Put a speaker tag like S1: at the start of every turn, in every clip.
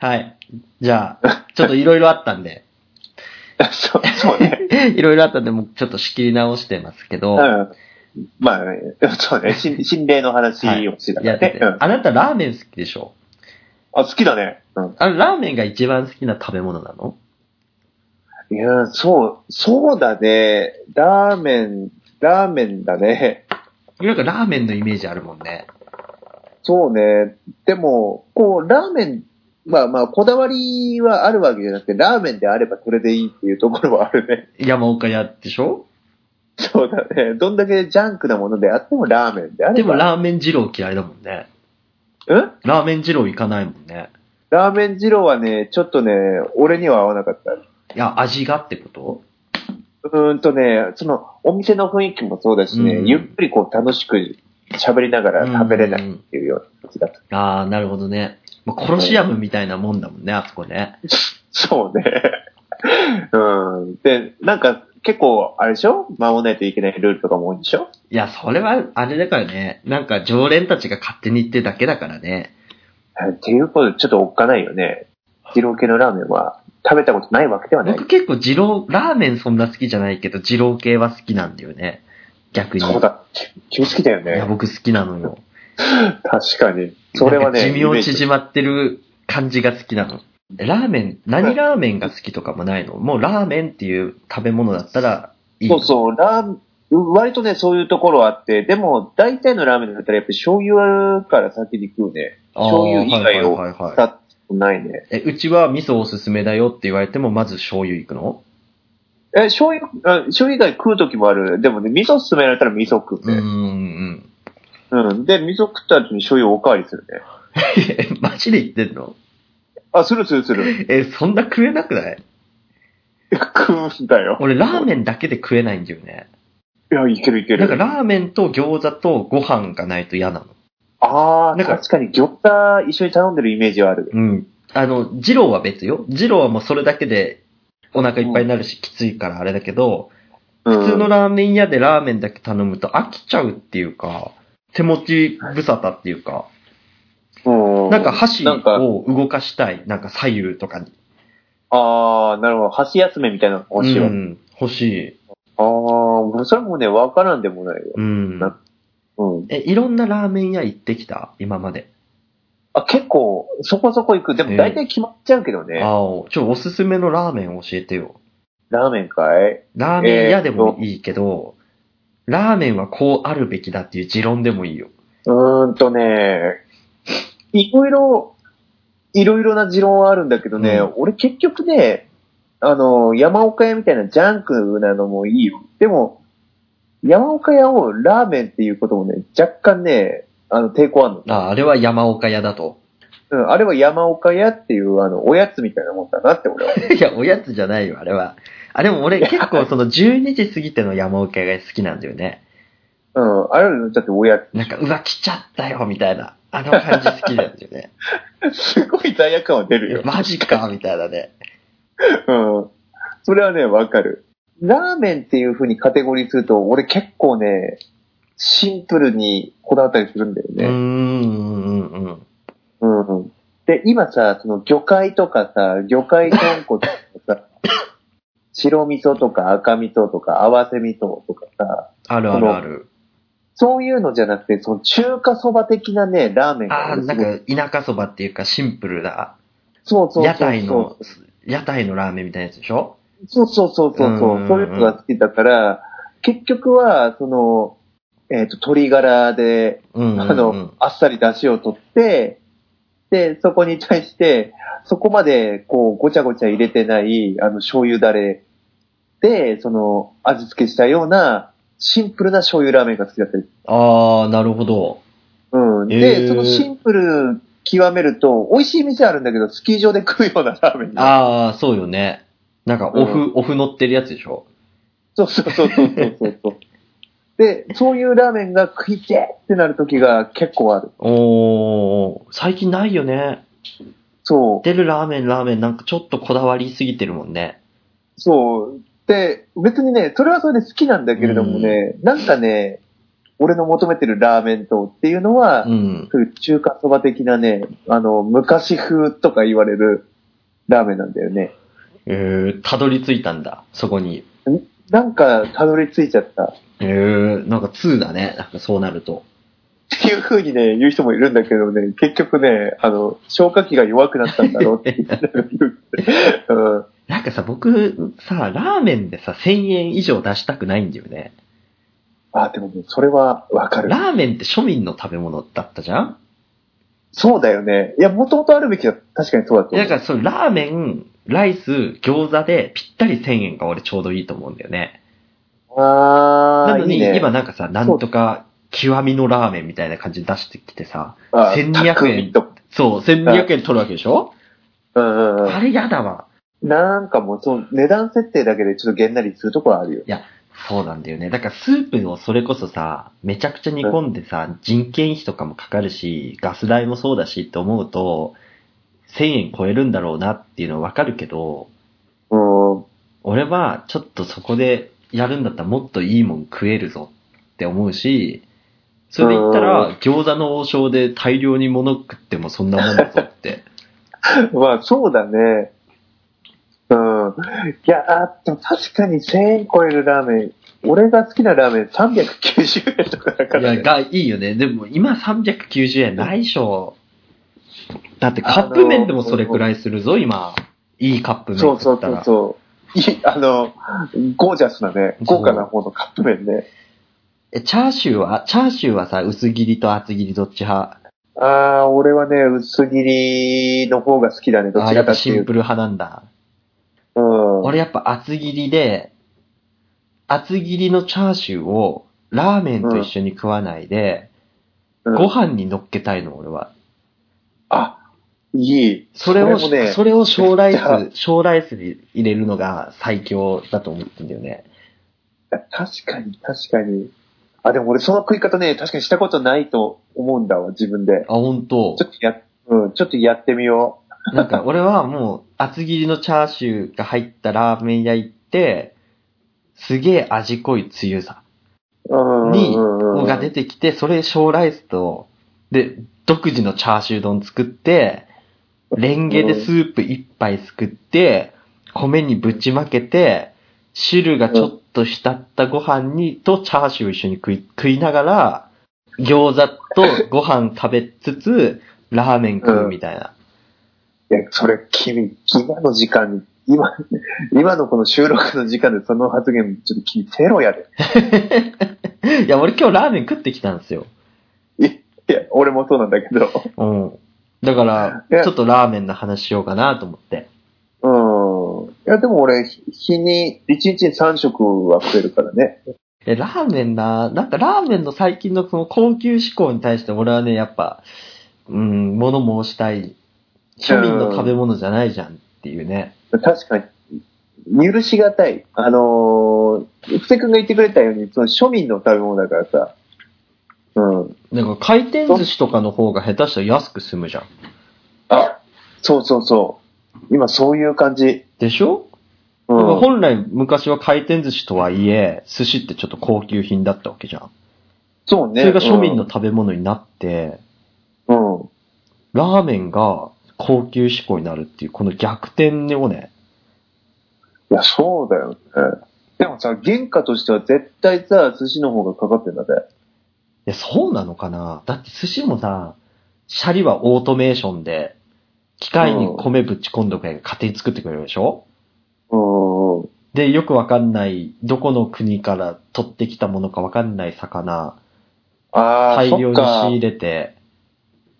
S1: はい。じゃあ、ちょっといろいろあったん で、
S2: そう、そうね。
S1: いろいろあったんで、もうちょっと仕切り直してますけど、
S2: うん。まあね、そうね、心心霊の話をしてたか
S1: や
S2: ら
S1: って
S2: ね
S1: て。
S2: うん。
S1: あなたラーメン好きでしょ
S2: あ、好きだね。うん。
S1: あラーメンが一番好きな食べ物なの
S2: いや、そう、そうだね。ラーメン、ラーメンだね。
S1: なんかラーメンのイメージあるもんね。
S2: そうね。でも、こう、ラーメン、まあまあ、こだわりはあるわけじゃなくて、ラーメンであればこれでいいっていうところはあるね。
S1: 山岡屋でしょ
S2: そうだね。どんだけジャンクなものであってもラーメンであ
S1: で
S2: れ
S1: も
S2: ば。
S1: ラーメン二郎嫌いだもんね。
S2: うん
S1: ラーメン二郎行かないもんね。
S2: ラーメン二郎はね、ちょっとね、俺には合わなかった。
S1: いや、味がってこと
S2: うーんとね、その、お店の雰囲気もそうだしね、
S1: うん
S2: ゆっくりこう楽しく喋りながら食べれないっていうような感じだった。
S1: ああ、なるほどね。まあ、コロシアムみたいなもんだもんね、あそこね。
S2: そうね。 うん。で、なんか、結構、あれでしょ守らないといけないルールとかも多いんでしょ
S1: いや、それは、あれだからね。なんか、常連たちが勝手に言ってるだけだからね。
S2: っていうことで、ちょっとおっかないよね。二郎系のラーメンは食べたことないわけではない。
S1: 僕結構、二郎、ラーメンそんな好きじゃないけど、二郎系は好きなんだよね。逆に。
S2: そうだ。君好きだよ
S1: いや、
S2: ね。
S1: 僕好きなのよ。
S2: 確かに。それはね、
S1: なんか寿
S2: イメ
S1: 命
S2: ージ
S1: 縮まってる感じが好きなの。ラーメン、何ラーメンが好きとかもないのもうラーメンっていう食べ物だったらいい。
S2: そうそう、ラーメン、割とね、そういうところはあって、でも、大体のラーメンだったら、やっぱ醤油から先に食うね。
S1: あー
S2: 醤油以外を
S1: はいはいはい
S2: 使
S1: はい
S2: ってないね。
S1: え、うちは味噌おすすめだよって言われても、まず醤油行くの
S2: え、醤油、あ醤油以外食うときもある。でもね、味噌勧められたら味噌食う
S1: うー
S2: ね。
S1: ん。
S2: うん。で、味噌食った後に醤油おかわりするね。
S1: えマジで言ってんの
S2: あ、するする する。
S1: え、そんな食えなくない
S2: 食うんだよ。
S1: 俺ラーメンだけで食えないんだよね。
S2: いや、いけるいけ
S1: なんか
S2: る。
S1: ラーメンと餃子とご飯がないと嫌なの。
S2: ああ、
S1: なんか
S2: 確かに餃子一緒に頼んでるイメージはある。
S1: うん。あの、二郎は別よ。二郎はもうそれだけでお腹いっぱいになるし、きついからあれだけど、
S2: うん、
S1: 普通のラーメン屋でラーメンだけ頼むと飽きちゃうっていうか、手持ち無沙汰っていうか、
S2: うん、
S1: なんか箸
S2: なんか、
S1: を動かしたい。なんか左右とかに。
S2: ああ、なるほど。箸休めみたいなのが欲しいわ。
S1: うん、欲しい。
S2: ああ、それもね、わからんでもないよ。
S1: うん。
S2: なうん。
S1: え、いろんなラーメン屋行ってきた今まで。
S2: あ、結構、そこそこ行く。で
S1: え
S2: も
S1: え
S2: 大体決まっちゃうけどね。
S1: あお、ちょ、おすすめのラーメン教えてよ。
S2: ラーメンかい
S1: ラーメン屋でもいいけど、ラーメンはこうあるべきだっていう持論でもいいよ。
S2: うーんとね、いろいろ、いろいろな持論はあるんだけどね、
S1: うん
S2: 俺結局ね、あの、山岡屋みたいなジャンクなのもいいよ。でも、山岡屋をラーメンっていうこともね、若干ね、あの、抵抗あるの。
S1: あ、あれは山岡屋だと。
S2: うん、あれは山岡屋っていう、あの、おやつみたいなもんだなって俺は。
S1: いや、おやつじゃないよ、あれは。あ、でも俺結構その12時過ぎての山岡屋が好きなんだよね。
S2: うん、あれはだっておやつ。
S1: なんか、うわ、来ちゃったよ、みたいな。あの感じ好きなんだよ ね。
S2: すごい罪悪感は出るよ。
S1: マジか、みたいなね。
S2: うん。それはね、わかる。ラーメンっていう風にカテゴリーすると、俺結構ね、シンプルにこだわったりするんだよ
S1: うーん、
S2: ね。
S1: うん、うん。
S2: うん。で、今さ、その魚介とかさ、魚介豚骨とかさ、 白味噌とか赤味噌とか合わせ味噌とかさ、
S1: あるあるある。
S2: そういうのじゃなくて、その中華そば的なね、ラーメンが
S1: あー
S2: 俺すごい
S1: なんか、田舎そばっていうか、シンプルな、
S2: そうそうそうそう。
S1: 屋台の、屋台のラーメンみたいなやつでしょ
S2: そうそうそうそうそうう、
S1: ん
S2: そういうのが好きだから、結局は、その、えっ、と、鶏ガラで、
S1: うんうん、うん。
S2: あの、あっさり出汁を取って、で、そこに対して、そこまで、こう、ごちゃごちゃ入れてない、あの、醤油だれで、その、味付けしたような、シンプルな醤油ラーメンが好きだったり。
S1: ああ、なるほど。
S2: うん。
S1: へー
S2: で、そのシンプル極めると、美味しい店あるんだけど、スキー場で食うようなラーメンに。
S1: ああ、そうよね。なんか、オフ、オフ乗ってるやつでしょ
S2: そうそうそうそうそうそうそう。で、そういうラーメンが食いてえってなる時が結構ある。
S1: おー、最近ないよね。
S2: そう。
S1: 出るラーメン、ラーメン、なんかちょっとこだわりすぎてるもんね。
S2: そう。で、別にね、それはそれで好きなんだけれどもね、なんかね、俺の求めてるラーメンとっていうのは、
S1: うん。
S2: そういう中華そば的なね、あの、昔風とか言われるラーメンなんだよね。
S1: えー、たどり着いたんだ、そこに。
S2: なんか、たどり着いちゃった。
S1: えー、なんか2だね、なんかそうなると。
S2: っていう風にね、言う人もいるんだけどね、結局ね、あの、消化器が弱くなったんだろうって言ってたら言う うん。
S1: なんかさ、僕、さ、ラーメンでさ、1000円以上出したくないんだよね。
S2: あ、でもね、それはわかる。
S1: ラーメンって庶民の食べ物だったじゃん
S2: そうだよね。いや、もともとあるべきだ。確かにそうだと思
S1: だ
S2: う。
S1: から、そのラーメン、ライス、餃子でぴったり1000円が俺ちょうどいいと思うんだよね。
S2: あー
S1: なのに、
S2: いいね
S1: 今なんかさ、なんとか、極みのラーメンみたいな感じで出してきてさ、
S2: あー
S1: 1200円
S2: 匠とか
S1: そう、1200円取るわけでしょ
S2: うんうんう
S1: あれやだわ。
S2: ん。なんかもう、その値段設定だけでちょっとげんなりするところはあるよ。
S1: そうなんだよね。だからスープをそれこそさ、めちゃくちゃ煮込んでさ、人件費とかもかかるし、ガス代もそうだしって思うと、1000円超えるんだろうなっていうのはわかるけど、
S2: うん。
S1: 俺はちょっとそこでやるんだったらもっといいもん食えるぞって思うし、それで言った
S2: う
S1: ら、餃子の王将で大量に物食ってもそんなもんだぞって。
S2: まあ、そうだね。うん。いや、あでも確かに1000円超えるラーメン。俺が好きなラーメン390円とかだか
S1: い
S2: ら、
S1: や、
S2: ね。
S1: がいいよね。でも今390円ないでしょ。だってカップ麺でもそれくらいするぞ、今。いいカップ麺
S2: そう
S1: だ
S2: そ
S1: っ
S2: う
S1: た
S2: そう
S1: ら。
S2: そう。いい、あの、ゴージャスなね、豪華な方のカップ麺ね。
S1: え、チャーシューは、チャーシューはさ、薄切りと厚切りどっち派
S2: ああ、俺はね、薄切りの方が好きだね、ど
S1: あ、
S2: ち
S1: や
S2: ら
S1: っ
S2: か
S1: ぱ
S2: って
S1: シ
S2: い
S1: ン
S2: うと。
S1: プル派なんだ。
S2: うん。
S1: 俺やっぱ厚切りで、厚切りのチャーシューをラーメンと一緒に食わないで、
S2: うん
S1: ご飯に乗っけたいの、俺は。
S2: あ、いい。
S1: それを、
S2: そ
S1: そ
S2: れも
S1: れ,、
S2: ね
S1: を小ライ
S2: めっち
S1: ス、小ライスに入れるのが最強だと思ってんだよね。
S2: 確かに、確かに。あ、でも俺その食い方ね、確かにしたことないと思うんだわ、自分で。
S1: あ、本当
S2: ちょっとや、うん、ちょっとやってみよ
S1: なんか俺はもう厚切りのチャーシューが入ったラーメン屋行って、すげえ味濃いつゆさ
S2: う。うん。
S1: に、
S2: うんうんうん
S1: が出てきて、それ小ライスと、で、独自のチャーシュー丼作って、レンゲでスープ一杯すくって、米にぶちまけて、汁がちょっと浸ったご飯に、とチャーシューを一緒に食い、食いながら、餃子とご飯食べつつ、ラーメン食うみたいな。
S2: いや、それ、君、今の時間に、今、 今のこの収録の時間でその発言、ちょっと君、ゼロやで。
S1: いや、俺今日ラーメン食ってきたんですよ。
S2: いや、俺もそうなんだけど。
S1: うん。だから
S2: いや、
S1: ちょっとラーメンの話しようかなと思って。
S2: うん。いや、でも俺、ひ日に、1日に3食は食えるからね。
S1: え、ラーメンな、なんかラーメンの最近のその高級志向に対して俺はね、やっぱ、うん、物申したい。庶民の食べ物じゃないじゃんっていうね。
S2: 確かに、許しがたい。あのー、布施君が言ってくれたように、その庶民の食べ物だからさ。うん。
S1: なんか回転寿司とかの方が下手したら安く済むじゃん。
S2: あ、そうそうそう。今、そういう感じ。
S1: でしょ、
S2: う
S1: でも
S2: ん。
S1: 本来昔は回転寿司とはいえ、寿司ってちょっと高級品だったわけじゃん。
S2: そうね。
S1: それが庶民の食べ物になって、
S2: うん。うん
S1: ラーメンが高級志向になるっていう、この逆転をね、
S2: いや、そうだよね。でもさ、原価としては絶対さ、寿司の方がかかってんだぜ。
S1: いや、そうなのかなだって寿司もさ、シャリはオートメーションで、機械に米ぶち込んどくやん勝手に作ってくれるでしょ
S2: うん。うん
S1: で、よくわかんない、どこの国から取ってきたものかわかんない魚、
S2: ああ、
S1: 大量
S2: そっ
S1: に仕
S2: か
S1: 入。れて、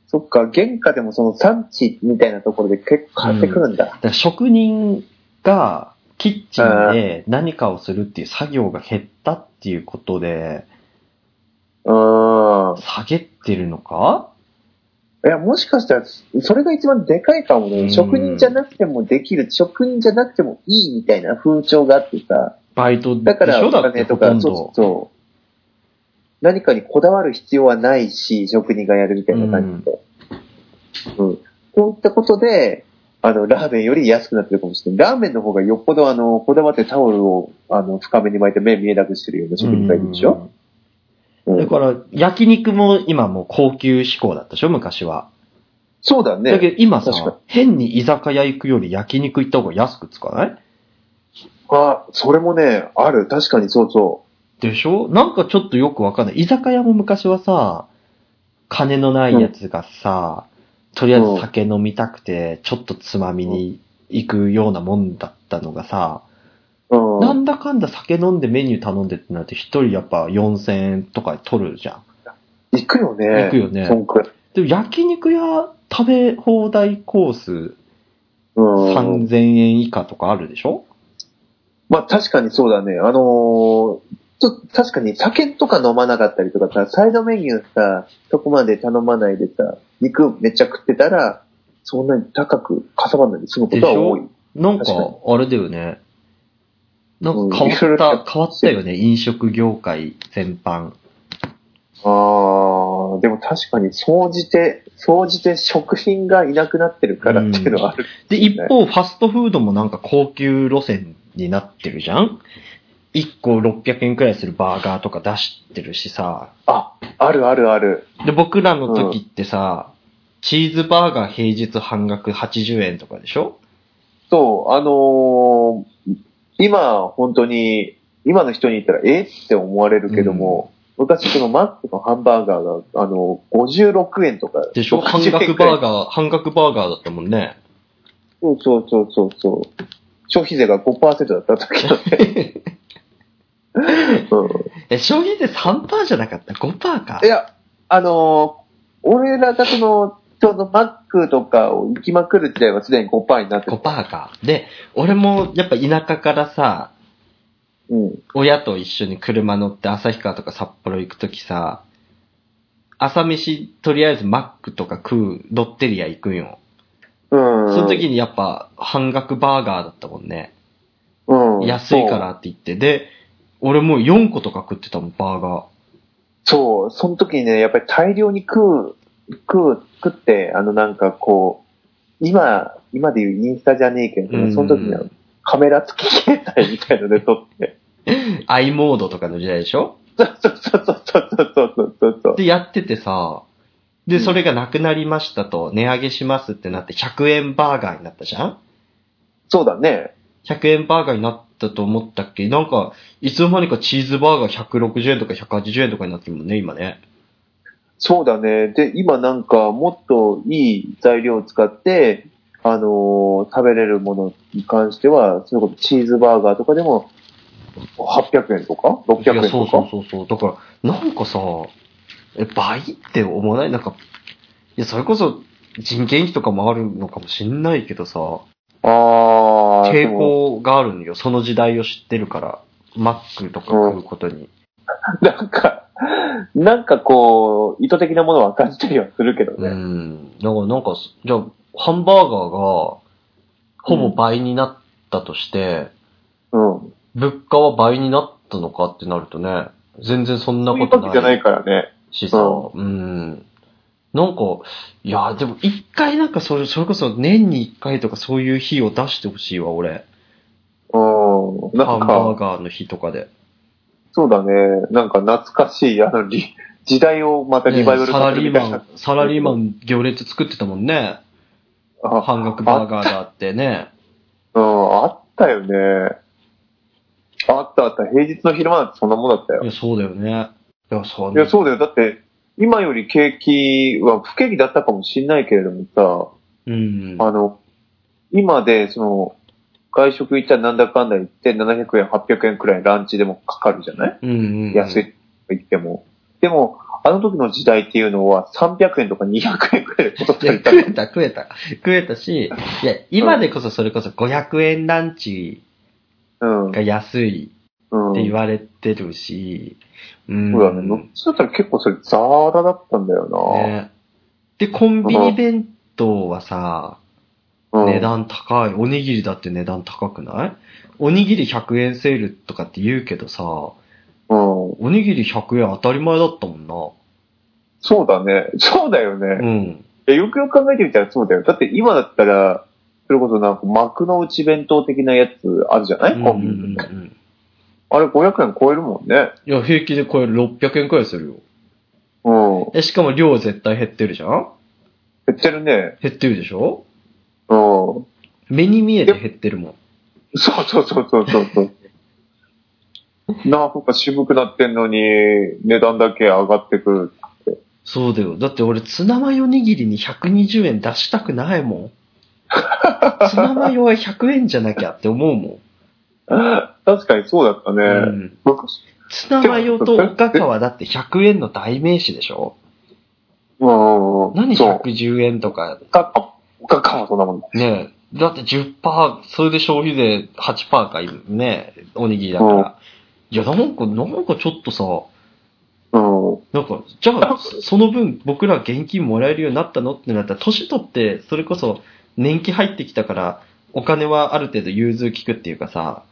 S2: そっか、原価でもその産地みたいなところで結構買ってくるんだ。
S1: だから職人がキッチンで何かをするっていう作業が減ったっていうことで、
S2: うん。
S1: 下げてるのか
S2: いや、もしかしたら、それが一番でかいかも
S1: う
S2: ね。
S1: ん
S2: 職人じゃなくてもできる、職人じゃなくてもいいみたいな風潮があってさ。
S1: バイトで
S2: だから、
S1: しょ
S2: お
S1: だって
S2: 金
S1: ほ
S2: と
S1: と
S2: か、
S1: ん
S2: そう
S1: ど。
S2: そうそう。何かにこだわる必要はないし、職人がやるみたいな感じで。うん。こういったことで、あの、ラーメンより安くなってるかもしれない。ラーメンの方がよっぽど、あの、こだわってタオルを、あの、深めに巻いて目見えなくしてるような職人がいるでしょ、
S1: うん
S2: うん
S1: だから、焼肉も今もう高級志向だったでしょ、昔は。
S2: そうだね。
S1: だけど今さ
S2: 確かに、
S1: 変に居酒屋行くより焼肉行った方が安くつかない
S2: あ、それもね、ある。確かにそうそ
S1: でしょなんかちょっとよくわかんない。居酒屋も昔はさ、金のないやつがさ、とりあえず酒飲みたくて、ちょっとつまみに行くようなもんだったのがさ、
S2: う。うん。
S1: なんだかんだ酒飲んでメニュー頼んでってなると、一人やっぱ4000円とか取るじゃん。
S2: 行くよね。
S1: 行くよね
S2: そんくらい。
S1: でも焼肉屋食べ放題コース
S2: うん。
S1: 3000円以下とかあるでしょ
S2: まあ確かにそうだね。あのーちょっと確かに酒とか飲まなかったりとかさ、サイドメニューさ、そこまで頼まないでさ、肉めっちゃ食ってたら、そんなに高くかさばんないで済むことは多い。
S1: なんか
S2: 確か、
S1: あれだよね。なんか
S2: う
S1: 変わ
S2: んいろい
S1: っ
S2: ろ
S1: た、変わったよね。飲食業界全般。
S2: ああ、でも確かに、総じて、総じて食品がいなくなってるからっていうのはある。
S1: で、一方、ファストフードもなんか高級路線になってるじゃん ?1 個600円くらいするバーガーとか出してるしさ。
S2: あ、あるあるある。
S1: で、僕らの時ってさ、チーズバーガー平日半額80円とかでしょ
S2: そう、あのー今、本当に、今の人に言ったら、えって思われるけども、昔そのマックのハンバーガーが、あの56円とか。
S1: でしょ半額バー
S2: ー。
S1: ガー、半額バーガーだったもんね。
S2: そうそうそうそうそう。消費税が5%だった時だね。 う
S1: え、消費税3%じゃなかった ?5% か
S2: ん、い。や、あのー俺らがその、ちょうどマックとかを行きまくる時代はすでに5%になって
S1: 5%
S2: る。
S1: か。で、俺もやっぱ田舎からさ、
S2: うん。
S1: 親と一緒に車乗って旭川とか札幌行くときさ、朝飯とりあえずマックとか食う、ロッテリア行くんよ。
S2: うん。
S1: その時にやっぱ半額バーガーだったもんね。
S2: うん、
S1: 安いからって言って。で、俺もう4個とか食ってたもん、バーガー。
S2: そう、その時にね、やっぱり大量に食う、食う、食って、あのなんかこう、今、今で言うインスタじゃねえけど、
S1: うん
S2: その時にはカメラ付き携帯みたいので撮って。
S1: i モードとかの時代でしょ
S2: そうそうそうそうそうそうそうそう。
S1: で、やっててさ、
S2: う
S1: で、
S2: ん
S1: それがなくなりましたと、値上げしますってなって100円バーガーになったじゃん
S2: そうだね。
S1: 100円バーガーになったと思ったっけなんか、いつの間にかチーズバーガー160円とか180円とかになってるもんね、今ね。
S2: そうだね。で、今なんかもっといい材料を使って、あのー食べれるものに関しては、それこそチーズバーガーとかでも、800円とか ?600 円と
S1: い
S2: か
S1: やそうそうそうそう。だから、なんかさ、え、倍って思わないなんか、いや、それこそ人件費とかもあるのかもしんないけどさ、
S2: ああ。
S1: 抵抗があるのよ。その時代を知ってるから。マックとか食うことに。
S2: なんか、なんかこう、意図的なものは感じたりはするけど
S1: う
S2: ね。
S1: ん。だからなんか、じゃあ、ハンバーガーが、ほぼ倍になったとして、
S2: うん。
S1: 物価は倍になったのかってなるとね、全然そんな
S2: そういう
S1: こと
S2: わけじゃ
S1: な
S2: ないいからね。
S1: しさ、
S2: う
S1: うん。なんか、いや、でも一回なんかそれ、それこそ年に一回とかそういう日を出してほしいわ、俺。
S2: うん。な
S1: ハン
S2: ん
S1: バー
S2: か、
S1: ガーの日とかで。
S2: そうだね。なんか懐かしい、あの、リ時代をまたリバイバル
S1: ねサ
S2: さ
S1: ラ
S2: せ
S1: リ
S2: る
S1: ー
S2: みたい
S1: マ
S2: な。
S1: ン、サラリーマン行列作ってたもんね。
S2: あ
S1: 半額バーガーがあってね。
S2: うん、あったよね。あったあった。平日の昼間なんてそんなもんだった
S1: い
S2: よ。
S1: や、そうだよね。いや、そう
S2: いや、そうだよ。だって、今より景気は不景気だったかもしんないけれどもさ、
S1: うん。
S2: あの、今で、その、外食行ったらなんだかんだ言って、700円、800円くらいランチでもかかるじゃない
S1: うんうんうん。
S2: 安いと言っても。でも、あの時の時代っていうのは300円とか200円くらいで戻っ
S1: い
S2: た
S1: や、
S2: りした
S1: 食え た、食えた。食えたし、いや、今でこそそれこそ500円ランチ
S2: うん。
S1: が安い
S2: うん。
S1: って言われてるし、うん。
S2: そうだね。昔だったら結構それザーダだったんだよ
S1: ねで、コンビニ弁当はさ、
S2: な。うん。
S1: 値段高い。おにぎりだって値段高くないおにぎり100円セールとかって言うけどさ、お
S2: うん。
S1: にぎり100円当たり前だったも
S2: そうだね。そうだよ
S1: ん
S2: ね。
S1: な。うん。
S2: えよくよく考えてみたらそうだよ。だって今だったら、それこそなんか幕の内弁当的なやつあるじゃない、
S1: うんうん
S2: コン
S1: う
S2: ビニ
S1: んうん
S2: あれ500円超えるもんね。
S1: いや、平気でこれ600円くらいするよ。
S2: うん。
S1: え、しかも量絶対減ってるじゃん
S2: 減ってるね。
S1: 減ってるでしょ
S2: うん。
S1: 目に見えて減ってるもん。
S2: そうそうそうそうそうそう。なんか渋くなってんのに、値段だけ上がってくる。
S1: そうだよ。だって俺、ツナマヨ握りに120円出したくないもん。 ツナマヨは100円じゃなきゃって思うも
S2: 確かにそうだったね。
S1: ん。うん。
S2: 昔
S1: ツナマヨとおかかはだって100円の代名詞でしょ
S2: うん。
S1: 何
S2: そう。
S1: 110円とか。
S2: かか、かかはそんなもん。
S1: ねえ。だって10%、それで消費税8%か、ねえ、おにぎりだか
S2: うん
S1: ら。いや、なんか、なんかちょっとさ、
S2: うん。
S1: なんか、じゃあ、その分僕ら現金もらえるようになったのってなったら、年取って、それこそ年季入ってきたから、お金はある程度融通きくっていうかさ、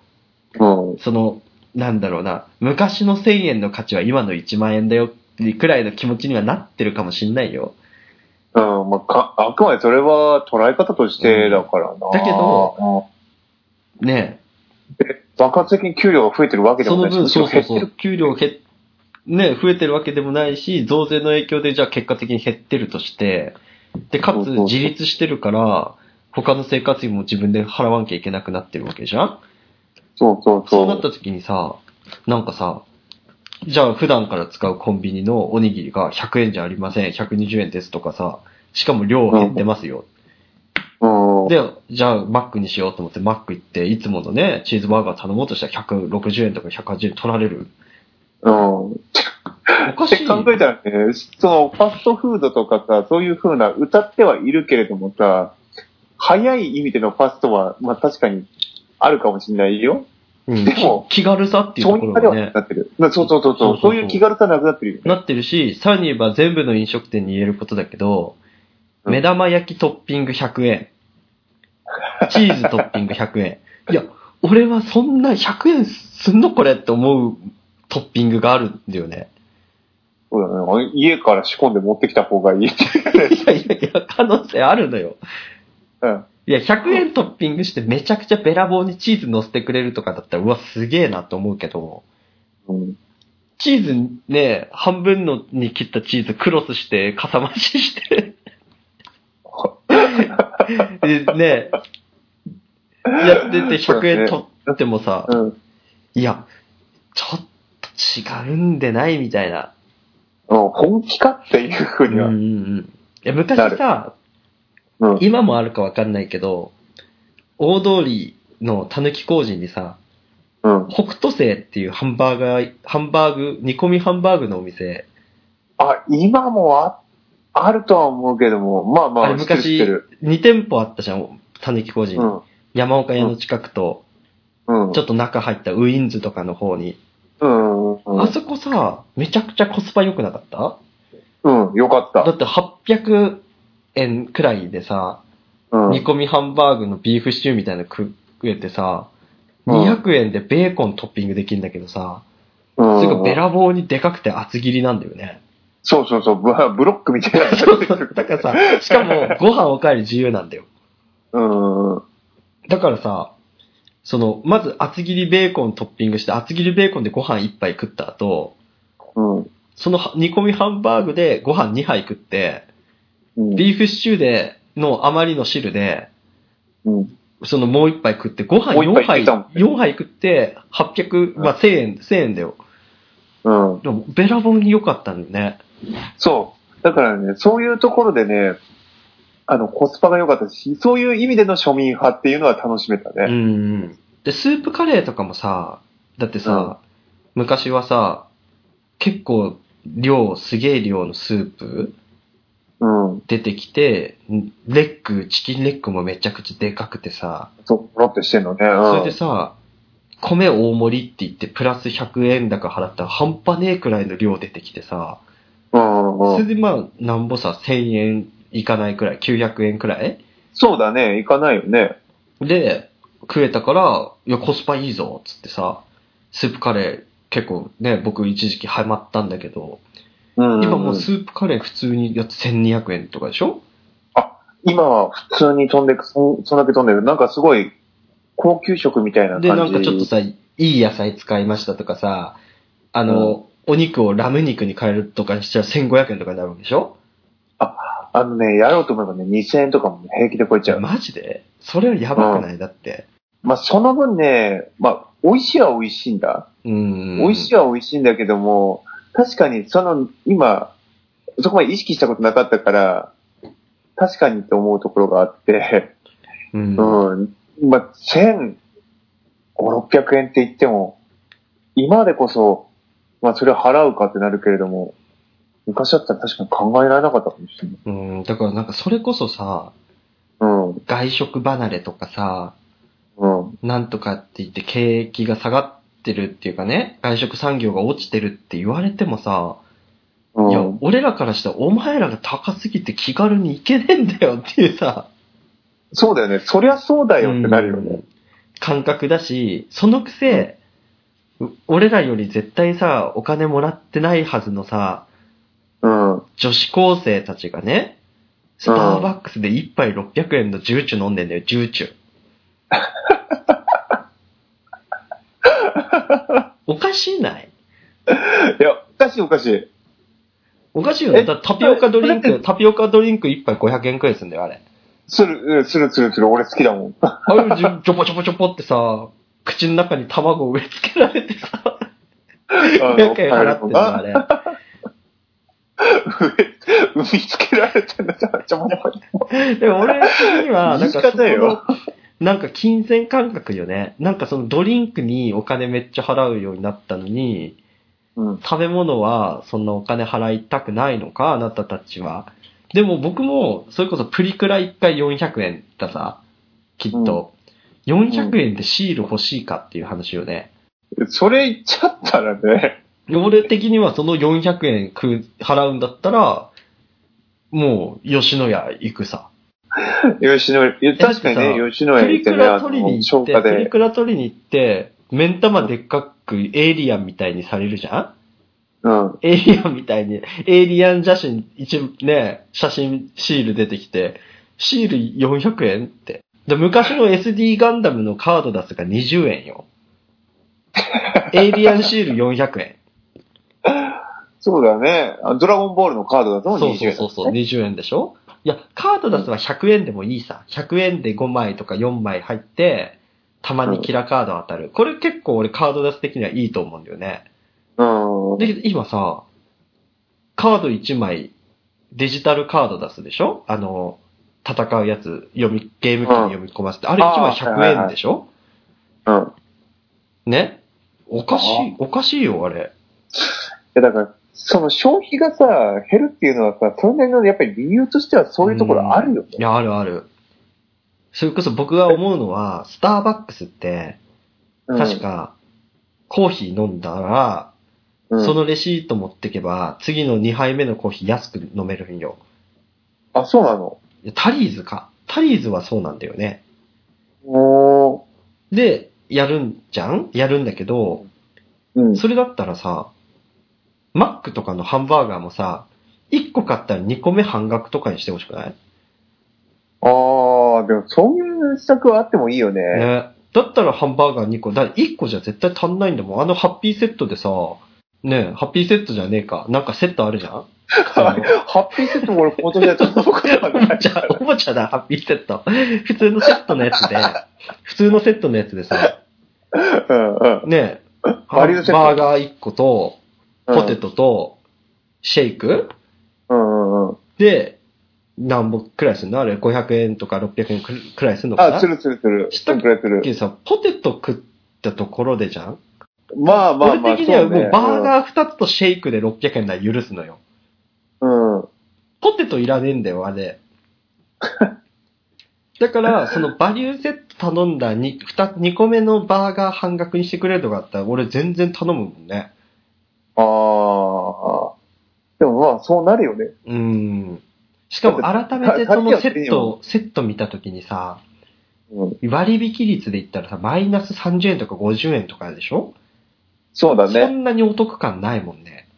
S2: うん。
S1: その、なんだろうな、昔の1000円の価値は今の1万円だよくらいの気持ちにはなってるかもしんないよ。
S2: うん。まあ、か、あくまでそれは捉え方としてだからな。
S1: んだけど
S2: うん、
S1: ね
S2: 爆発的に給料が増えてるわけ
S1: え。
S2: で
S1: そ
S2: も
S1: の
S2: ないし、
S1: 分、そうそう
S2: 減っ
S1: そ
S2: て
S1: う
S2: る。、
S1: 給料減っねえ、増えてるわけでもないし、増税の影響でじゃあ結果的に減ってるとして、で、か
S2: そう
S1: つ
S2: そうそう
S1: 自立してるから、他の生活費も自分で払わなきゃいけなくなってるわけじゃん
S2: そうそうそ。
S1: そううなった時にさ、なんかさ、じゃあ普段から使うコンビニのおにぎりが100円じゃありません、120円ですとかさ、しかも量減ってますよ。
S2: うん。
S1: で、じゃあマックにしようと思ってマック行って、いつものね、チーズバーガー頼もうとしたら160円とか180円取られる。
S2: うん。
S1: おか
S2: っ
S1: しい
S2: て。考えたらね、そのファストフードとかさ、そういう風な歌ってはいるけれどもさ、早い意味でのファストは、まあ確かにあるかもしれないよ。
S1: うん
S2: でも
S1: 気軽さっていう
S2: そう
S1: とこ
S2: い
S1: ろ
S2: うまで
S1: が
S2: はな
S1: ね
S2: く、なってる。まあそうそうそうそ
S1: そうそ
S2: う。
S1: うそう
S2: そういう気軽さなくなってるよね。
S1: なってるし、さらに言えば全部の飲食店に言えることだけど、
S2: うん
S1: 目玉焼きトッピング100円。チーズトッピング100円。いや、俺はそんな100円すんのこれって思うトッピングがあるんだよね。
S2: そうだね。家から仕込んで持ってきた方がいいって。
S1: いやいやいや、可能性あるのよ。
S2: うん。
S1: いや、100円トッピングしてめちゃくちゃべらぼうにチーズ乗せてくれるとかだったら、うわ、すげえなと思うけど、
S2: うん。
S1: チーズね、半分のに切ったチーズクロスして、かさ増しして、でね、やってて100円取ってもさ、
S2: うん。
S1: いや、ちょっと違うんでないみたいな。
S2: うん本気かっていう風
S1: うん
S2: に
S1: う
S2: は。
S1: んうん。いや昔さ、
S2: うん。
S1: 今もあるかわかんないけど、大通りのたぬき工事にさ、
S2: うん。
S1: 北斗星っていうハンバーガー、ハンバーグ、煮込みハンバーグのお店、
S2: あ、今もあ、あるとは思うけども、まあま
S1: あれ
S2: あ、知ってる知っ
S1: 昔
S2: てる。
S1: 2店舗あったじゃん、たぬき工事に。
S2: うん。
S1: 山岡屋の近くと、
S2: うん。
S1: ちょっと中入ったウィンズとかの方に。
S2: うんうんうん
S1: あそこさ、めちゃくちゃコスパ良くなかった
S2: うん、よかっ
S1: だ
S2: た。
S1: って800円くらいでさ、
S2: うん。
S1: 煮込みハンバーグのビーフシチューみたいなの食えてさ、
S2: うん
S1: 200円でベーコントッピングできるんだけどさ、
S2: うん
S1: すごいべらぼうにでかくて厚切りなんだよ ね。
S2: そうそうそう、ブ ブロックみたいな。
S1: そうそう。 だからさ、しかもご飯おかわり自由なんだよ。
S2: うん。
S1: だからさ、その、まず厚切りベーコントッピングして、厚切りベーコンでご飯1杯食った後、
S2: うん。
S1: その煮込みハンバーグでご飯2杯食って、
S2: うん。
S1: ビーフシチューでの余りの汁で、
S2: うん。
S1: そのもう1杯食って、ご飯
S2: もう一
S1: 4
S2: 杯食
S1: 杯、
S2: ったもんね
S1: 4杯食って、800、まあ1000円、1000円だよ。
S2: うん。
S1: でも、べらぼうに良かったんだよね。
S2: そう。だからね、そういうところでね、あの、コスパが良かったし、そういう意味での庶民派っていうのは楽しめた
S1: うん
S2: ね。
S1: うん。で、スープカレーとかもさ、だってさ、昔はさ、結構量、すげえ量のスープ
S2: うん。
S1: 出てきて、レッグ、チキンレッグもめちゃくちゃでかくてさ、
S2: そう、ポロってしてんのね。
S1: それ
S2: う
S1: で
S2: ん。
S1: さ、米大盛りって言って、プラス100円高払ったら半端ねえくらいの量出てきてさ、
S2: うんう
S1: そ
S2: んうん
S1: れでまあ、なんぼさ、1000円いかないくらい、900円くらい
S2: そうだね、行かないよね。
S1: で、食えたから、いや、コスパいいぞ、つってさ、スープカレー、結構ね、僕一時期ハマったんだけど、
S2: うん。
S1: 今もうスープカレー普通にやって1200円とかでしょ
S2: 今は普通に飛んでく、そんそんだけ飛んでる。なんかすごい、高級食みたいな感じ。
S1: で、なんかちょっとさ、いい野菜使いましたとかさ、あの、お肉をラム肉に変えるとかにしちゃ1500円とかになるんでしょ
S2: あのね、やろうと思えばね、2000円とかもね平気で超えちゃう。
S1: マジでそれはやばくないだって。
S2: まあ、その分ね、まあ、美味しいは美味しいんだ。
S1: うん。
S2: 美味し
S1: い。
S2: いは美味しいんだけども、確かにその、今、そこまで意識したことなかったから、確かにと思うところがあって、
S1: うん。
S2: うん、まあ、千、五、六百円って言っても、今でこそ、まあ、それを払うかってなるけれども、昔だったら確かに考えられなかったかもしれない。
S1: うん。だからなんかそれこそさ、
S2: うん、う
S1: 外食離れとかさ、
S2: ん、
S1: なんとかって言って景気が下がってるっていうかね、外食産業が落ちてるって言われてもさ、
S2: うん。
S1: いや、俺らからしたらお前らが高すぎて気軽に行けねえんだよっていうさ、
S2: そうだよね。そりゃそうだよってなるよ
S1: う
S2: ね
S1: ん。感覚だし、そのくせ、う俺らより絶対さ、お金もらってないはずのさ、
S2: うん。
S1: 女子高生たちがね、スターバックスで一杯600円のジューチュ飲んでんだよ、ジュー チュ。おかしいない
S2: いや、おかしいおかしい。
S1: おかしいよね。
S2: え
S1: だタピオカドリン
S2: それ
S1: ク、タピオカドリンク一杯500円くらいすんだよ、あ れ。
S2: する、うんするするする。俺好き だもん。
S1: あれ、じょちょぽちょぽちょぽってさ、口の中に卵を植え付けられてさ、500円払ってんの、あれ。
S2: 産みつけられてんだ、ちゃちゃまちゃま。
S1: でも俺的には、なんかそこ
S2: 言い方よ
S1: の、なんか金銭感覚よね。なんかそのドリンクにお金めっちゃ払うようになったのに、
S2: うん。
S1: 食べ物はそんなお金払いたくないのか、あなたたちは。でも僕も、それこそプリクラ1回400円ださ、きっと。400円でシール欲しいかっていう話よね。
S2: それ言っちゃったらね、
S1: 俺的にはその400円食う払うんだったら、もう吉野家行くさ。
S2: 吉野家いや、確かに
S1: だって
S2: ね、吉野
S1: プ
S2: 家行
S1: リ
S2: って
S1: ク
S2: ね、
S1: ラ
S2: あ
S1: 取り
S2: の、
S1: に行っ
S2: 消
S1: て、
S2: 化
S1: プリ
S2: で。
S1: クラ取りに行って、目ん玉でっかくエイリアンみたいにされるじゃん
S2: うん。
S1: エイリアンみたいに、エイリアン写真、一部ね、写真、シール出てきて、シール400円って。で昔の SD ガンダムのカード出すが20円 よ。エイリアンシール400円。
S2: そうだね。あドラゴンボールのカードだと
S1: そう
S2: 20
S1: そう
S2: 円。
S1: そうそう、20円でしょいや、カード出すのは100円でもいいさ。100円で5枚とか4枚入って、たまにキラカード当たる。これ結構俺カード出す的にはいいと思うんだよね。
S2: うん。
S1: だけど今さ、カード1枚、デジタルカード出すでしょあの、戦うやつ、読み、ゲーム機に読み込ませて。あれ1枚100円でしょ
S2: うん。
S1: ねおかし
S2: あ
S1: い、おかしいよ、あれ。
S2: いやだから、その消費がさ、減るっていうのはさ、それなりのやっぱり理由としてはそういうところあるよ
S1: い
S2: ね。
S1: や、あるある。それこそ僕が思うのは、スターバックスって、
S2: うん
S1: 確。か、コーヒー飲んだら、
S2: うん
S1: そのレシート持ってけば、次の2杯目のコーヒー安く飲めるんよ。
S2: あ、そうなの
S1: いやタリーズか。タリーズはそうなんだよね。
S2: おー。
S1: で、やるんじゃんやるんだけど、
S2: うん。
S1: それだったらさ、マックとかのハンバーガーもさ、1個買ったら2個目半額とかにしてほしくない
S2: ああ、でもそういう施策はあってもいいよね。
S1: ね。だったらハンバーガー2個。だ1個じゃ絶対足んないんだもん。あのハッピーセットでさ、ねハッピーセットじゃねえか。なんかセットあるじゃん
S2: はいハッピーセットも俺今年で届くことは
S1: お
S2: な
S1: も
S2: い
S1: ちゃ、おもちゃだ、ハッピーセット。普通のセットのや つで、普通のセットのやつでさ、
S2: うんうん。
S1: ね
S2: バリューセット
S1: バーガー1個と、ポテ
S2: ト。
S1: トと、シェイク
S2: うんうんうん。
S1: で、何本くらいするのあれ、500円とか600円くくらいするのかな
S2: あ、するするする。
S1: したっけ
S2: くれてる
S1: け。どさ、ポテト食ったところでじゃん
S2: まあまあまあ。
S1: 俺的にはも
S2: そうね
S1: バーガー2つとシェイクで600円なら許すのよ。
S2: うん。うん
S1: ポテトいらねえんだよ、あれ。だから、そのバリューセット頼んだ 2, 2個目のバーガー半額にしてくれるとかあったら、俺全然頼むもんね。
S2: ああ。でもまあそうなるよね。
S1: うん。しかも改めて
S2: だ
S1: そ
S2: っ
S1: の
S2: てだ
S1: セ
S2: って
S1: ット、セット見たときにさ、
S2: うん。
S1: 割引率で言ったらさ、マイナス30円とか50円とかでしょ
S2: そうだ
S1: そ
S2: ね。
S1: んなにお得感ないもんね。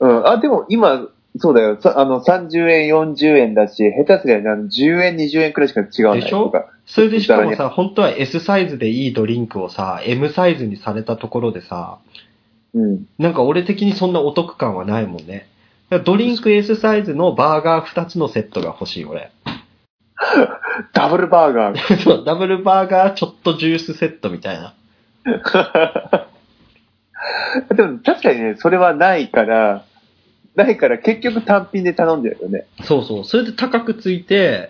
S2: うん。あ、でも今、そうだよ。さあの、30円、40円だし、下手すりゃねあの10円、20円くらいしか違わない
S1: でしょ
S2: とか。
S1: それでしかもさ、本当は S サイズでいいドリンクをさ、M サイズにされたところでさ、
S2: うん。
S1: なんか俺的にそんなお得感はないもんね。だからドリンク S サイズのバーガー2つのセットが欲しい、俺。
S2: ダブルバーガ
S1: そうダブルバーガーちょっとジュースセットみたいな。
S2: ー。でも確かにね、それはないから、ないから結局単品で頼んじゃうよね。
S1: そうそう。それで高くついて、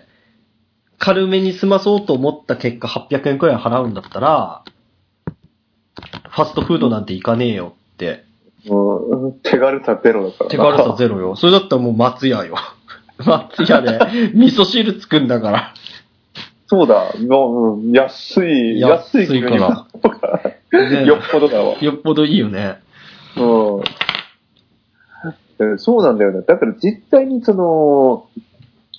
S1: 軽めに済まそうと思った結果800円くらい払うんだったら、ファストフードなんて行かねえよって。
S2: もう手軽さゼロだから。
S1: 手軽さゼロよ。それだったらもう松屋よ。 松屋で味噌汁作んだから。
S2: そうだ、もううん安い、安い
S1: 安いか
S2: 牛乳
S1: ね
S2: よっぽどだわ。
S1: よっぽどいいよね。
S2: うん。そうなんだよね。だから実際にその、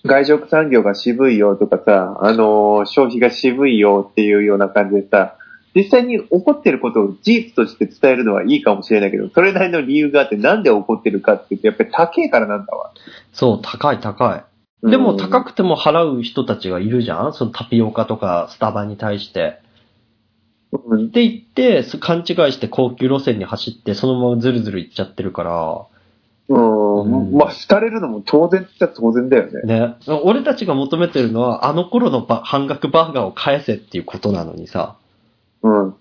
S2: 外食産業が渋いよとかさ、あのー消費が渋いよっていうような感じでさ、実際に起こってることを事実として伝えるのはいいかもしれないけど、それなりの理由があってなんで起こってるかって言って、やっぱり高えからなんだわ。
S1: そう、高い高い。でも高
S2: く、
S1: くても払う人たちがいるじゃんそのタピオカとかスタバに対して。
S2: うん
S1: って言って、す勘違いして高級路線に走って、そのままズルズル行っちゃってるか
S2: うん、まあ、廃れるのも当然っちゃ当然だよね。
S1: ら、ね。俺たちが求めてるのは、あの頃のば半額バーガーを返せっていうことなのにさ、
S2: うん。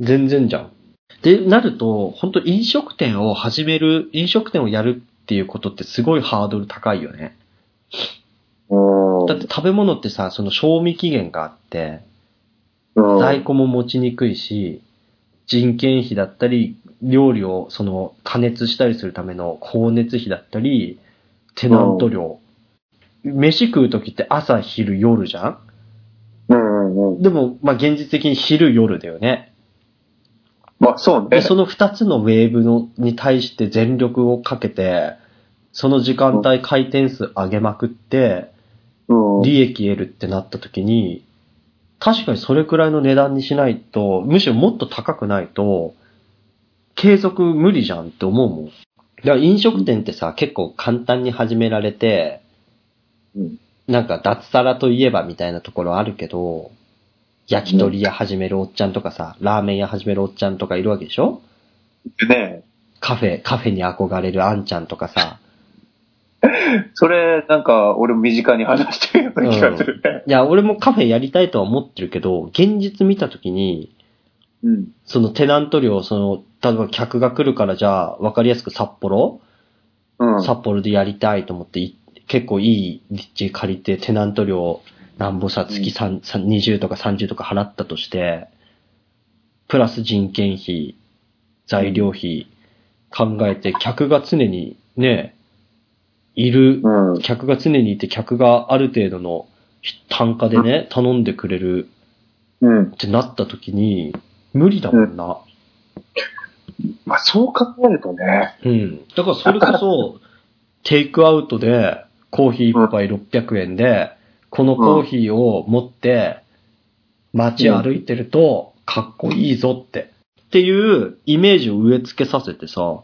S1: 全然じゃん。で、なると、本当飲食店を始める、飲食店をやるっていうことってすごいハードル高いよね。
S2: うん
S1: だって食べ物ってさ、その賞味期限があって、
S2: うん
S1: 在庫も持ちにくいし、人件費だったり、料理をその加熱したりするための光熱費だったり、テナント料。飯食う時って朝、昼、夜じゃん
S2: うんうんうん。
S1: でも、まあ、現実的に昼、夜だよね。
S2: まあ、そうね
S1: で、。その二つのウェーブのに対して全力をかけて、その時間帯回転数上げまくって、
S2: うん
S1: 利益得るってなった時に、確かにそれくらいの値段にしないと、むしろもっと高くないと、継続無理じゃんって思うもん。だから飲食店ってさ、結構簡単に始められて、
S2: うん
S1: なんか脱サラといえばみたいなところあるけど、焼き鳥屋始めるおっちゃんとかさ、ラーメン屋始めるおっちゃんとかいるわけでしょ
S2: ね
S1: カフェ、カフェに憧れるあんちゃんとかさ。
S2: それ、なんか、俺も身近に話してるような気がするね。
S1: いや、俺もカフェやりたいとは思ってるけど、現実見た時に、
S2: うん。
S1: そのテナント料、その、例えば客が来るからじゃあ、わかりやすく札幌、
S2: うん。
S1: 札幌でやりたいと思って、い結構いい立地借りて、テナント料、なんぼさ、月3、三20とか30とか払ったとして、プラス人件費、材料費、考えて、客が常にね、いる、
S2: うん。
S1: 客が常にいて、客がある程度の単価でね、頼んでくれる
S2: うん。
S1: ってなった時に、無理だもんな。
S2: まあ、そう考えるとね。
S1: うん。だからそれ こそ、テイクアウトで、コーヒー一杯600円で、このコーヒーを持って、街歩いてると、かっこいいぞって。っていうイメージを植え付けさせてさ、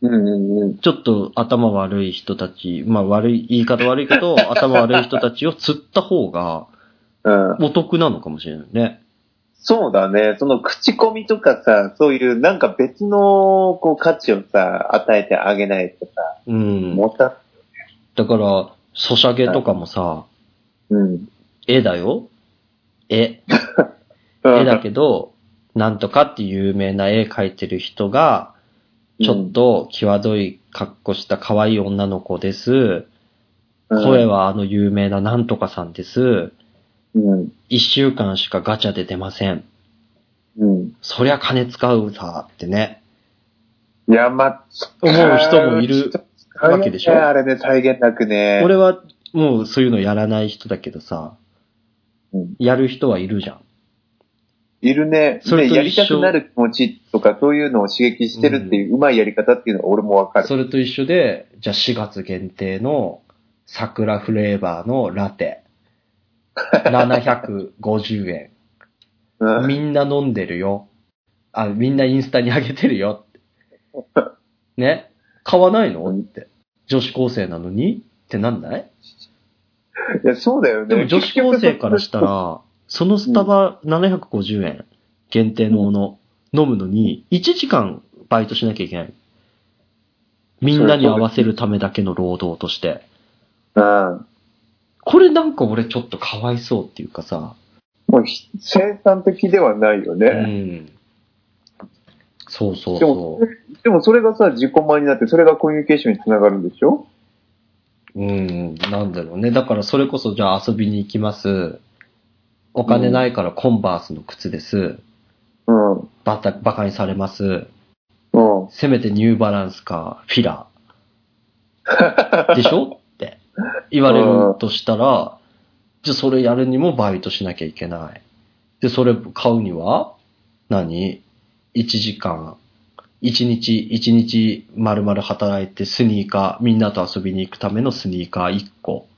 S2: うんうんうん。
S1: ちょっと頭悪い人たち、まあ悪い、言い方悪いけど、頭悪い人たちを釣った方が
S2: うん。
S1: お得なのかもしれないね。
S2: そうだね。その口コミとかさ、そういうなんか別のこう価値をさ、与えてあげないとさ、
S1: うん。
S2: もた、
S1: だから、ソシャゲとかもさ、
S2: うん。
S1: 絵だよ絵。
S2: うん
S1: 絵だけど、なんとかっていう有名な絵描いてる人が、ちょっ、と際どい格好した可愛い女の子です。
S2: うん
S1: 声、はあの有名ななんとかさんです。
S2: うん。
S1: 一週間しかガチャで出ません。
S2: うん。
S1: そりゃ金使うさってね。
S2: いや、まあ、
S1: 思う人もいるわけでしょ
S2: 使うよねあれね、再現なくね。
S1: 俺はもうそういうのやらない人だけどさ、
S2: うん
S1: やる人はいるじゃん。
S2: いるね。
S1: それと一緒
S2: ねやりたくなる気持ちとか、そういうのを刺激してるっていう、うまいやり方っていうのは俺もわかる。
S1: それと一緒で、じゃあ4月限定の桜フレーバーのラ テ。750円。
S2: うん。
S1: みんな飲んでるよ。あ、みんなインスタに上げてる よって。ね買わないのって。女子高生なのにってなんない
S2: いや、そうだよね。
S1: でも女子高生からしたら、そのスタバ750円限定のもの、飲むのに、1時間バイトしなきゃいけない。みんなに合わせるためだけの労働として。
S2: うん。
S1: これなんか俺ちょっとかわいそうっていうかさ。
S2: もうひ生産的ではないよ
S1: う
S2: ね。
S1: ん。そうそう
S2: でも
S1: そ、
S2: でもそれがさ、自己満になって、それがコミュニケーションにつながるんでしょ
S1: う。うん。なんだろうね。だからそれこそじゃあ遊びに行きます。お金ないからコンバースの靴です。
S2: うん。うん。
S1: バタ、バカにされます。せめてニューバランスか、フィラー。でし ょって言われるとしたら、じゃあそれやるにもバイトしなきゃいけない。で、それ買うには、何 ?1 時間、1日、1日丸々働いてスニーカー、みんなと遊びに行くためのスニーカー1個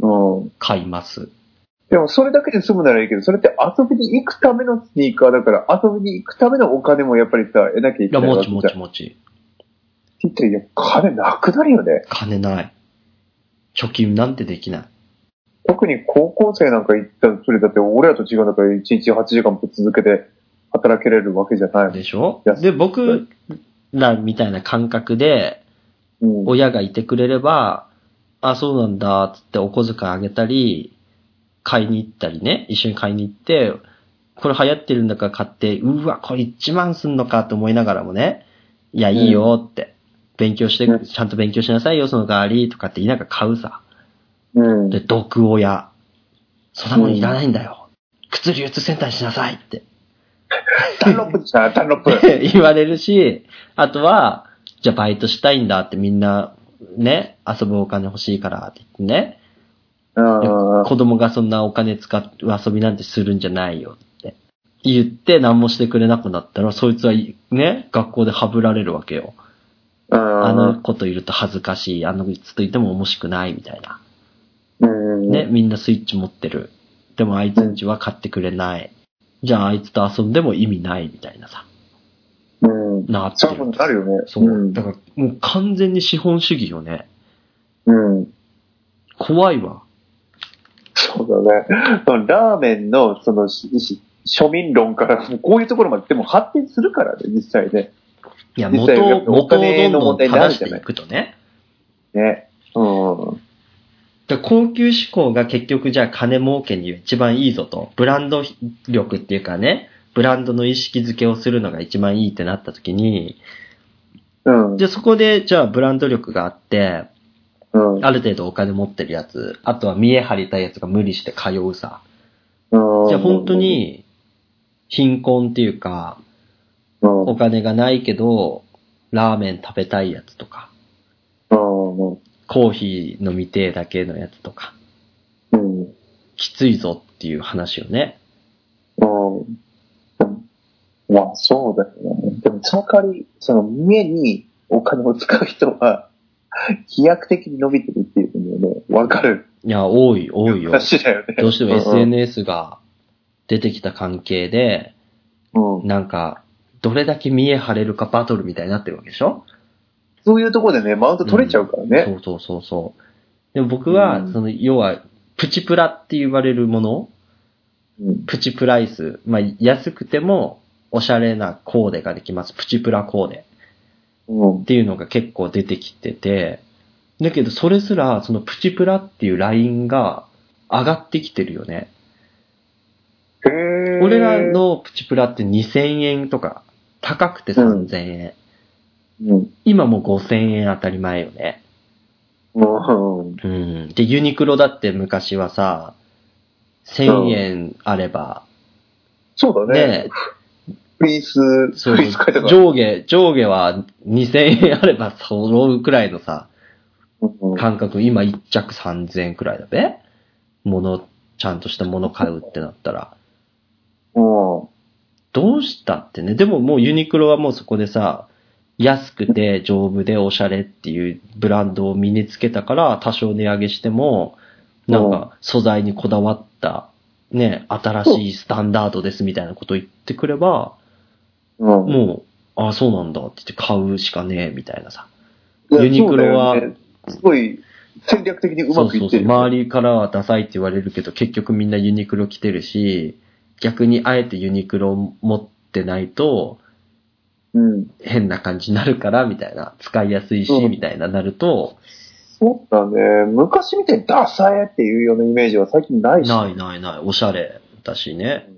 S2: うん。
S1: 買います。
S2: でもそれだけで済むならいいけど、それって遊びに行くためのスニーカーだから、遊びに行くためのお金もやっぱりさ、得なきゃい
S1: い
S2: け
S1: や、
S2: ない
S1: も
S2: わけ
S1: ち
S2: じゃん。
S1: もちもち。
S2: ちって言って、金なくなるよね。
S1: 金ない。貯金なんてできない。
S2: 特に高校生なんか行ったら、それだって俺らと違うんだから、1日8時間も続けて働けれるわけじゃないもん。
S1: でしょ
S2: いや
S1: で、僕らみたいな感覚で、
S2: うん。
S1: 親がいてくれれば、あ、そうなんだ、つってお小遣いあげたり、買いに行ったりね、一緒に買いに行って、これ流行ってるんだから買って、うわ、これ1万すんのかと思いながらもね、いや、
S2: ん
S1: いいよって、勉強して、
S2: うん
S1: ちゃんと勉強しなさいよ、その代わり、とかって言いながら買うさ。
S2: うん。
S1: で、毒親。そんなもんいらないんだよ。靴流通センターにしなさいって。
S2: ダンロップでした、ダンロップ。
S1: って言われるし、あとは、じゃあバイトしたいんだってみんな、ね、遊ぶお金欲しいからって言ってね、
S2: うん。
S1: 子供がそんなお金使う遊びなんてするんじゃないよって言って何もしてくれなくなったら、そいつはね、学校でハブられるわけよ。あの子といると恥ずかしい、あのいつといても面白くないみたいな。
S2: うん。
S1: ね、。みんなスイッチ持ってる。でもあいつんちは買ってくれない。じゃああいつと遊んでも意味ないみたいなさ。
S2: うん。
S1: なって
S2: そう
S1: る
S2: いうことになるよね。
S1: そう。
S2: うん
S1: だから、もう完全に資本主義よね。
S2: うん。
S1: 怖いわ。
S2: そうだね。そのラーメンの、その、しし庶民論から、もうこういうところまで、でも発展するからね、実際ね。
S1: いや、
S2: 実
S1: 元
S2: 際
S1: を、
S2: お
S1: 元をど
S2: 金
S1: ん
S2: の
S1: どん
S2: 問題にな
S1: 正
S2: る
S1: し
S2: じゃ
S1: て
S2: ない
S1: いくとね。
S2: ね。うん。
S1: だから高級志向が結局じゃあ金儲けに一番いいぞと。ブランド力っていうかね、ブランドの意識づけをするのが一番いいってなった時に、
S2: うん。
S1: で、そこでじゃあブランド力があって、
S2: うん。
S1: ある程度お金持ってるやつ、あとは見え張りたいやつが無理して通うさ。じゃあ本当に、貧困っていうか、
S2: うん、
S1: お金がないけど、ラーメン食べたいやつとか、
S2: うん。うん。
S1: コーヒー飲みてえだけのやつとか、
S2: うん。
S1: きついぞっていう話よね。
S2: うん。まあ、そうだよね。でも、その代わり、その、目にお金を使う人は、飛躍的に伸びてるっていうのもね、わかる
S1: いや、多い、多いよ。
S2: 話だよね。
S1: どうしても
S2: うん
S1: SNS が出てきた関係で、
S2: うん。
S1: なんか、どれだけ見え張れるかバトルみたいになってるわけでしょ
S2: そういうところでね、マウント取れちゃうからね。
S1: そうそうそうそう。でも僕
S2: う
S1: は、
S2: ん
S1: その、要は、プチプラって言われるもの、
S2: うん。
S1: プチプライス、まあ、安くても、おしゃれなコーデができます。プチプラコーデ。
S2: うん
S1: っ。ていうのが結構出てきてて、だけどそれすら、そのプチプラっていうラインが上がってきてるよね。
S2: へえ。
S1: 俺ら、のプチプラって2000円とか、高くて3000円。
S2: うん。
S1: 今もう5000円当たり前よね。
S2: うん。
S1: うん。で、ユニクロだって昔はさ、1000円あれば、
S2: そうだね。
S1: ね、
S2: フリース、
S1: そう
S2: フリース書いたから。
S1: 上下、上下は2000円あれば揃うくらいのさ、
S2: うん
S1: 感覚、今1着3000円くらいだべもの、ちゃんとしたもの買うってなったら。
S2: うん。
S1: どうしたってね。でももうユニクロはもうそこでさ、安くて丈夫でおしゃれっていうブランドを身につけたから、多少値上げしても、なんか素材にこだわった、ね、新しいスタンダードですみたいなこと言ってくれば、
S2: うん。
S1: もう、ああ、そうなんだって言って買うしかねえみたいなさ。
S2: いや
S1: ユニクロは
S2: そうだよねすごい、戦略的にうまくいってる。
S1: そうそうそう周りからはダサいって言われるけど、結局みんなユニクロ着てるし、逆にあえてユニクロ持ってないと、
S2: うん。
S1: 変な感じになるから、みたいな。使いやすいし、
S2: うん
S1: みたいななると、
S2: そうだね。昔みたいにダサいっていうようなイメージは最近ないし。
S1: ないないない、おしゃれだしね。